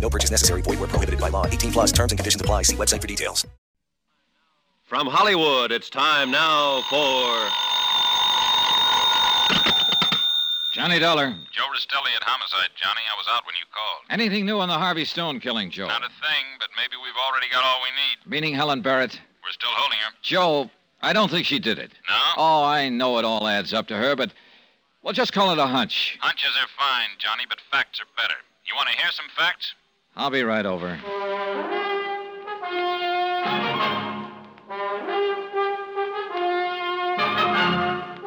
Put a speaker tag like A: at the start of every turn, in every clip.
A: No purchase necessary. Void where prohibited by law. 18 plus terms and conditions apply. See website for details.
B: From Hollywood, it's time now for.
C: Johnny Dollar,
D: Joe Restelli at Homicide, Johnny. I was out when you called.
C: anything new on the Harvey Stone killing, Joe?
D: Not a thing, but maybe we've already got all we need.
C: Meaning Helen Barrett?
D: We're still holding her.
C: Joe, I don't think she did it.
D: No?
C: Oh, I know it all adds up to her, but we'll just call it a hunch.
D: Hunches are fine, Johnny, but facts are better. You want to hear some facts?
C: I'll be right over.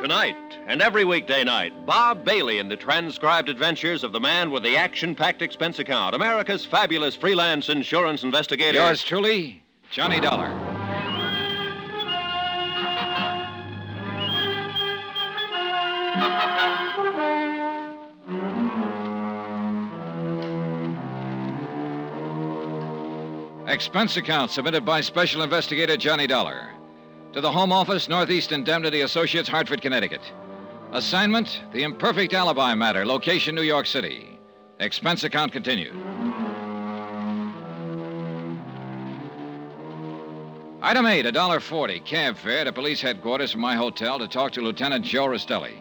B: Tonight and every weekday night, Bob Bailey in the transcribed adventures of the man with the action packed expense account, America's fabulous freelance insurance investigator.
C: Yours truly, Johnny Dollar. Expense account submitted by Special Investigator Johnny Dollar to the Home Office, Northeast Indemnity Associates, Hartford, Connecticut. Assignment The Imperfect Alibi Matter, location New York City. Expense account continued. Item eight, a dollar forty cab fare to police headquarters from my hotel to talk to Lieutenant Joe Rostelli.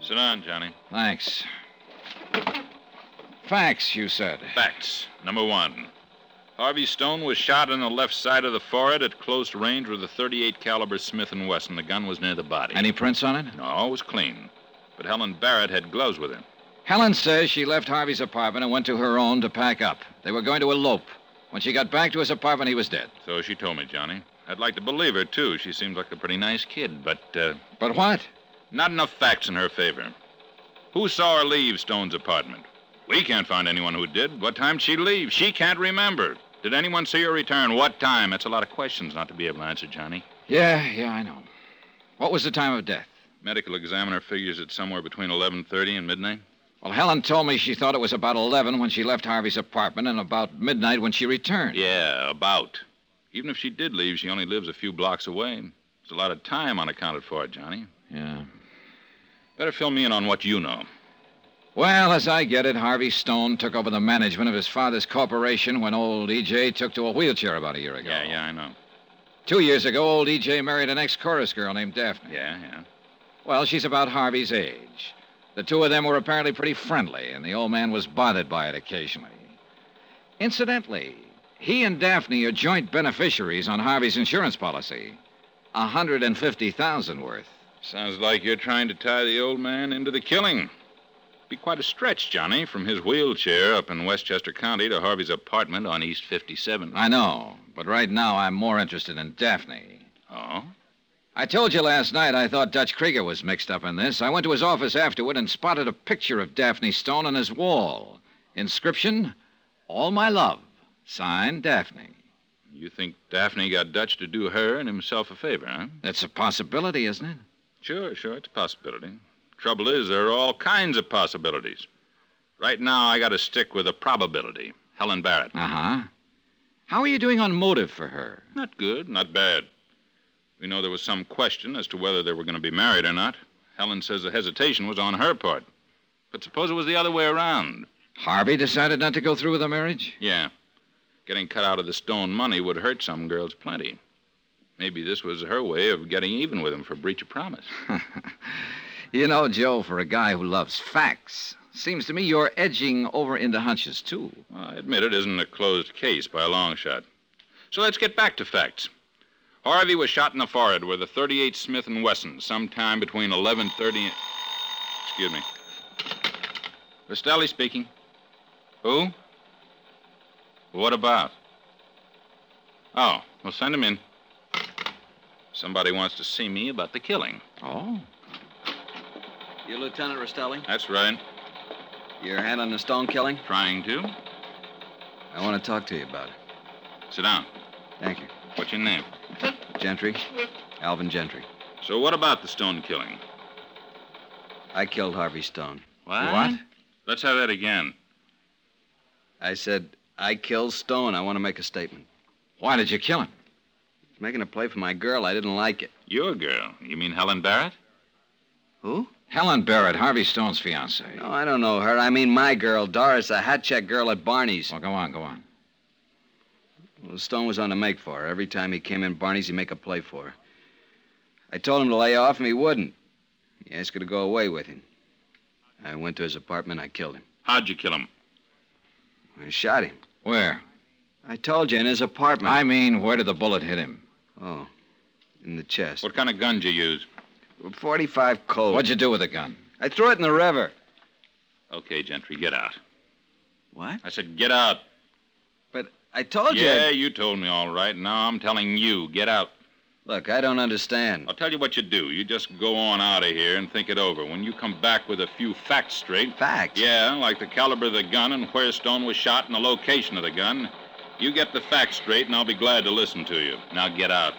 D: Sit down, Johnny.
C: Thanks. Facts, you said.
D: Facts. Number one. Harvey Stone was shot in the left side of the forehead at close range with a 38 caliber Smith & Wesson. The gun was near the body.
C: Any prints on it?
D: No, all was clean. But Helen Barrett had gloves with her.
C: Helen says she left Harvey's apartment and went to her own to pack up. They were going to elope. When she got back to his apartment, he was dead.
D: So she told me, Johnny. I'd like to believe her, too. She seems like a pretty nice kid, but uh,
C: But what?
D: not enough facts in her favor. Who saw her leave Stone's apartment? We can't find anyone who did. What time did she leave? She can't remember. Did anyone see her return? What time? That's a lot of questions not to be able to answer, Johnny.
C: Yeah, yeah, I know. What was the time of death?
D: Medical examiner figures it's somewhere between 11:30 and midnight.
C: Well, Helen told me she thought it was about 11 when she left Harvey's apartment and about midnight when she returned.
D: Yeah, about. Even if she did leave, she only lives a few blocks away. There's a lot of time unaccounted for, Johnny.
C: Yeah.
D: Better fill me in on what you know.
C: Well, as I get it, Harvey Stone took over the management of his father's corporation when old E.J. took to a wheelchair about a year ago.
D: Yeah, yeah, I know.
C: Two years ago, old E.J. married an ex chorus girl named Daphne.
D: Yeah, yeah.
C: Well, she's about Harvey's age. The two of them were apparently pretty friendly, and the old man was bothered by it occasionally. Incidentally, he and Daphne are joint beneficiaries on Harvey's insurance policy. A hundred and fifty thousand worth.
D: Sounds like you're trying to tie the old man into the killing. Be quite a stretch, Johnny, from his wheelchair up in Westchester County to Harvey's apartment on East 57.
C: I know, but right now I'm more interested in Daphne.
D: Oh?
C: I told you last night I thought Dutch Krieger was mixed up in this. I went to his office afterward and spotted a picture of Daphne Stone on his wall. Inscription, All My Love. Signed, Daphne.
D: You think Daphne got Dutch to do her and himself a favor, huh?
C: That's a possibility, isn't it?
D: Sure, sure, it's a possibility. Trouble is, there are all kinds of possibilities. Right now, I gotta stick with a probability. Helen Barrett.
C: Uh huh. How are you doing on motive for her?
D: Not good, not bad. We know there was some question as to whether they were going to be married or not. Helen says the hesitation was on her part. But suppose it was the other way around.
C: Harvey decided not to go through with the marriage?
D: Yeah. Getting cut out of the stone money would hurt some girls plenty. Maybe this was her way of getting even with him for breach of promise.
C: You know, Joe, for a guy who loves facts, seems to me you're edging over into hunches, too.
D: Well, I admit it isn't a closed case by a long shot. So let's get back to facts. Harvey was shot in the forehead with a 38 Smith & Wesson sometime between 11:30 and Excuse me. Restelli speaking. Who? What about? Oh, well, send him in. Somebody wants to see me about the killing.
E: Oh?
F: You Lieutenant Restelli?
D: That's right.
F: Your hand on the stone killing?
D: Trying to.
E: I want to talk to you about it.
D: Sit down.
E: Thank you.
D: What's your name?
E: Gentry? Alvin Gentry.
D: So, what about the stone killing?
E: I killed Harvey Stone.
D: What? Let's have that again.
E: I said, I killed Stone. I want to make a statement. Why did you kill him? Making a play for my girl. I didn't like it.
D: Your girl. You mean Helen Barrett?
E: Who?
D: Helen Barrett, Harvey Stone's fiancée.
E: No, I don't know her. I mean my girl, Doris, a hat check girl at Barney's.
D: Well, go on, go on.
E: Well, Stone was on the make for her. Every time he came in Barney's, he'd make a play for her. I told him to lay off, and he wouldn't. He asked her to go away with him. I went to his apartment. I killed him.
D: How'd you kill him?
E: I shot him.
D: Where?
E: I told you, in his apartment.
D: mean, where did the bullet hit him?
E: Oh, in the chest.
D: What kind of gun did you use?
E: 45 Colt.
D: you do with the gun?
E: I threw it in the river.
D: Okay, Gentry, get out.
E: What?
D: I said, get out.
E: But I told
D: yeah,
E: you.
D: you told me all right. Now I'm telling you, get out.
E: Look, I don't understand.
D: I'll tell you what you do. You just go on out of here and think it over. When you come back with a few facts straight.
E: Facts.
D: Yeah, like the caliber of the gun and where Stone was shot and the location of the gun. You get the facts straight, and I'll be glad to listen to you. Now get out.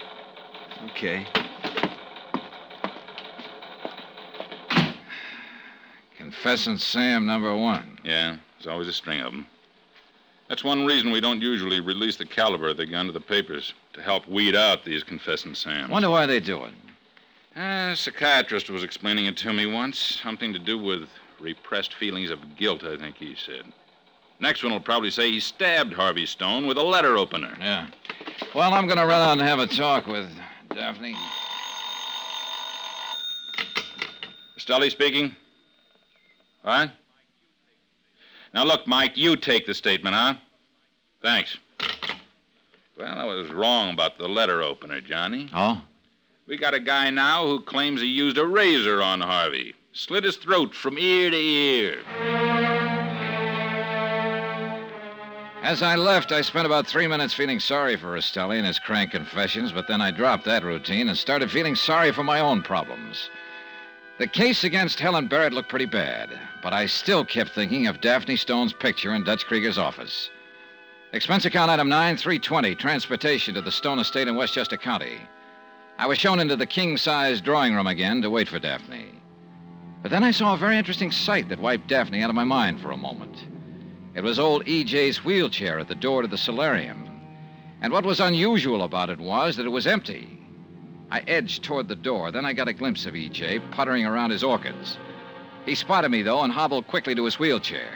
E: Okay.
C: Confessing Sam number one.
D: Yeah, there's always a string of them. That's one reason we don't usually release the caliber of the gun to the papers to help weed out these confessing Sams.
C: Wonder why they do it.
D: Uh, a psychiatrist was explaining it to me once. Something to do with repressed feelings of guilt, I think he said. Next one will probably say he stabbed Harvey Stone with a letter opener.
C: Yeah. Well, I'm going to run out and have a talk with Daphne.
D: Stully speaking. What? Now, look, Mike, you take the statement, huh? Thanks. Well, I was wrong about the letter opener, Johnny.
C: Oh?
D: We got a guy now who claims he used a razor on Harvey, slit his throat from ear to ear.
C: As I left, I spent about three minutes feeling sorry for Restelli and his crank confessions, but then I dropped that routine and started feeling sorry for my own problems. The case against Helen Barrett looked pretty bad, but I still kept thinking of Daphne Stone's picture in Dutch Krieger's office. Expense account item 9320, transportation to the Stone Estate in Westchester County. I was shown into the king size drawing room again to wait for Daphne. But then I saw a very interesting sight that wiped Daphne out of my mind for a moment. It was old E.J.'s wheelchair at the door to the solarium. And what was unusual about it was that it was empty. I edged toward the door, then I got a glimpse of E.J. puttering around his orchids. He spotted me, though, and hobbled quickly to his wheelchair.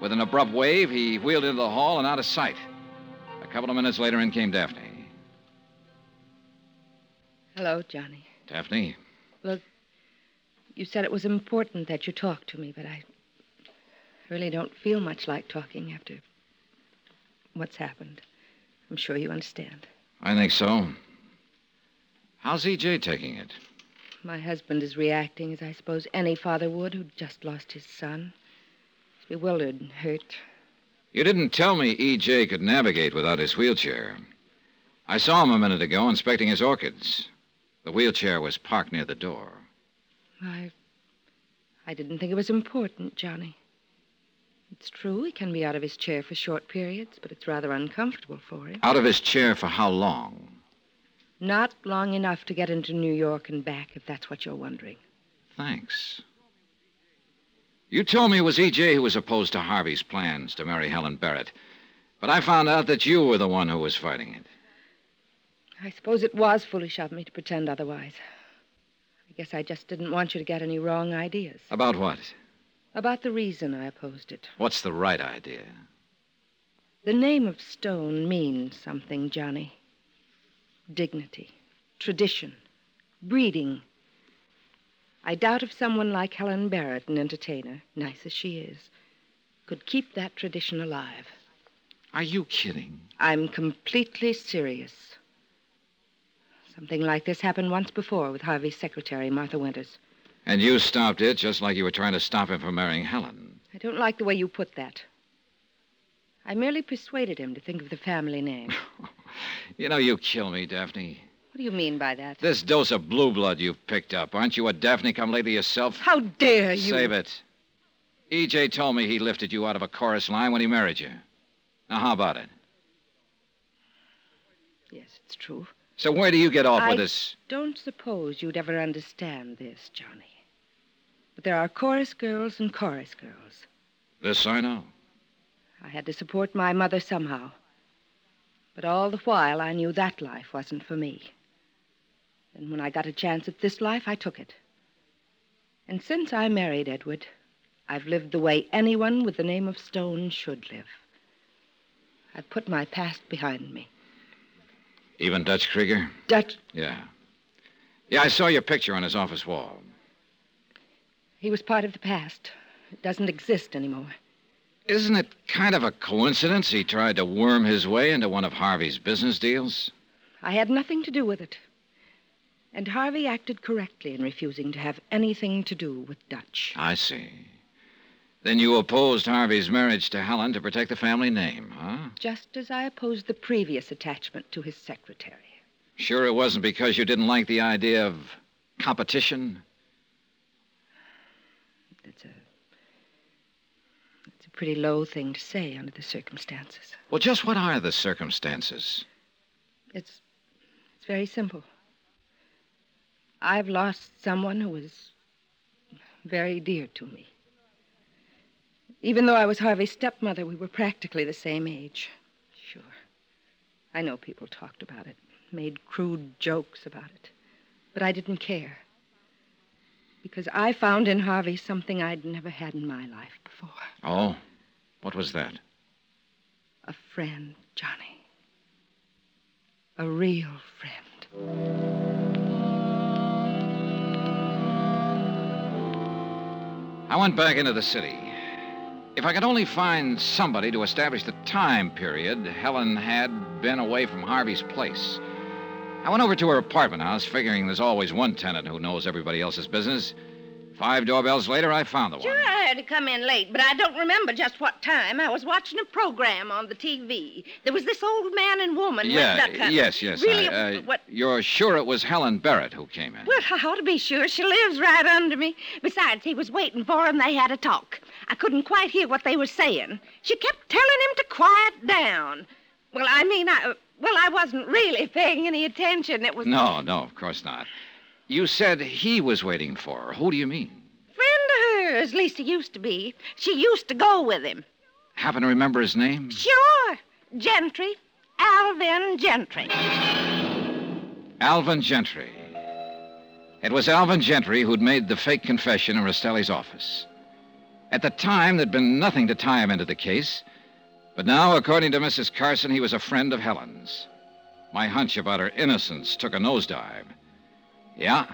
C: With an abrupt wave, he wheeled into the hall and out of sight. A couple of minutes later, in came Daphne.
G: Hello, Johnny.
C: Daphne,
G: You said it was important that you talk to me, but I really don't feel much like talking after what's happened. I'm sure you understand.
C: I think so. How's E.J. taking it?
G: My husband is reacting as I suppose any father would who'd just lost his son. He's bewildered and hurt.
C: You didn't tell me E.J. could navigate without his wheelchair. I saw him a minute ago inspecting his orchids. The wheelchair was parked near the door.
G: I I didn't think it was important, Johnny. It's true he can be out of his chair for short periods, but it's rather uncomfortable for him.
C: Out of his chair for how long?
G: Not long enough to get into New York and back, if that's what you're wondering.
C: Thanks. You told me it was E.J. who was opposed to Harvey's plans to marry Helen Barrett, but I found out that you were the one who was fighting it.
G: I suppose it was foolish of me to pretend otherwise. I guess I just didn't want you to get any wrong ideas
C: About what?
G: about the reason I opposed it.
C: What's the right idea?
G: The name of Stone means something, Johnny. Dignity, tradition, breeding. I doubt if someone like Helen Barrett, an entertainer, nice as she is, could keep that tradition alive.
C: Are you kidding?
G: I'm completely serious. Something like this happened once before with Harvey's secretary, Martha Winters.
C: And you stopped it just like you were trying to stop him from marrying Helen.
G: I don't like the way you put that. I merely persuaded him to think of the family name.
C: You know, you kill me, Daphne.
G: What do you mean by that?
C: This dose of blue blood you've picked up, aren't you a Daphne come lately yourself?
G: How dare you?
C: Save it. E.J. told me he lifted you out of a chorus line when he married you. Now, how about it?
G: Yes, it's true.
C: So, where do you get off
G: I
C: with this?
G: don't suppose you'd ever understand this, Johnny. But there are chorus girls and chorus girls.
C: This I know.
G: I had to support my mother somehow. But all the while, I knew that life wasn't for me. And when I got a chance at this life, I took it. And since I married Edward, I've lived the way anyone with the name of Stone should live. I've put my past behind me.
C: Even Dutch Krieger?
G: Dutch,
C: Yeah. Yeah, I saw your picture on his office wall.
G: he was part of the past. It doesn't exist anymore.
C: Isn't it kind of a coincidence he tried to worm his way into one of Harvey's business deals?
G: I had nothing to do with it. And Harvey acted correctly in refusing to have anything to do with Dutch.
C: I see. Then you opposed Harvey's marriage to Helen to protect the family name, huh?
G: Just as I opposed the previous attachment to his secretary.
C: Sure it wasn't because you didn't like the idea of competition?
G: It's a. It's a pretty low thing to say under the circumstances.
C: Well, just what are the circumstances?
G: It's. It's very simple. I've lost someone who was very dear to me. Even though I was Harvey's stepmother, we were practically the same age. Sure. I know people talked about it, made crude jokes about it, but I didn't care. Because I found in Harvey something I'd never had in my life before
C: Oh, what was that?
G: a friend, Johnny. A real friend.
C: I went back into the city. If I could only find somebody to establish the time period Helen had been away from Harvey's place. I went over to her apartment house, figuring there's always one tenant who knows everybody else's business. Five doorbells later, I found the one.
H: Sure, I had to come in late, but I don't remember just what time. I was watching a program on the TV. There was this old man and woman with duck
C: Yeah,
H: hunting.
C: yes, yes.
H: Really,
C: I, uh,
H: what?
C: You're sure it was Helen Barrett who came in?
H: Well, I ought to be sure. She lives right under me. Besides, he was waiting for him. They had a talk. I couldn't quite hear what they were saying. She kept telling him to quiet down. Well, I mean, I well, I wasn't really paying any attention. It was
C: No, no, of course not. You said he was waiting for her. Who do you mean?
H: a friend of hers. At least he used to be. She used to go with him.
C: Happen to remember his name?
H: Sure, Gentry, Alvin Gentry.
C: Alvin Gentry. It was Alvin Gentry who'd made the fake confession in Rostelli's office. At the time, there'd been nothing to tie him into the case, but now, according to Mrs. Carson, he was a friend of Helen's. My hunch about her innocence took a nosedive. Yeah,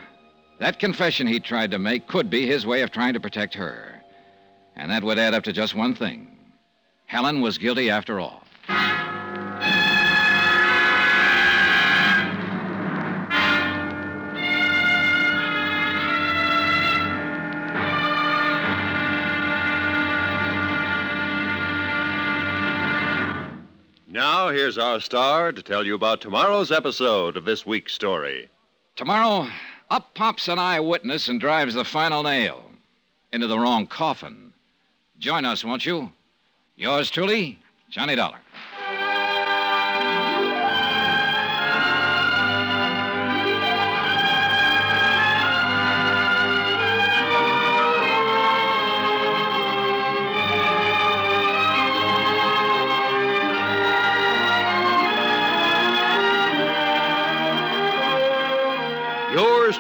C: that confession he tried to make could be his way of trying to protect her. And that would add up to just one thing Helen was guilty after all.
B: Now, here's our star to tell you about tomorrow's episode of this week's story.
C: Tomorrow, up pops an eyewitness and drives the final nail into the wrong coffin. Join us, won't you? Yours truly, Johnny Dollar.
B: Yours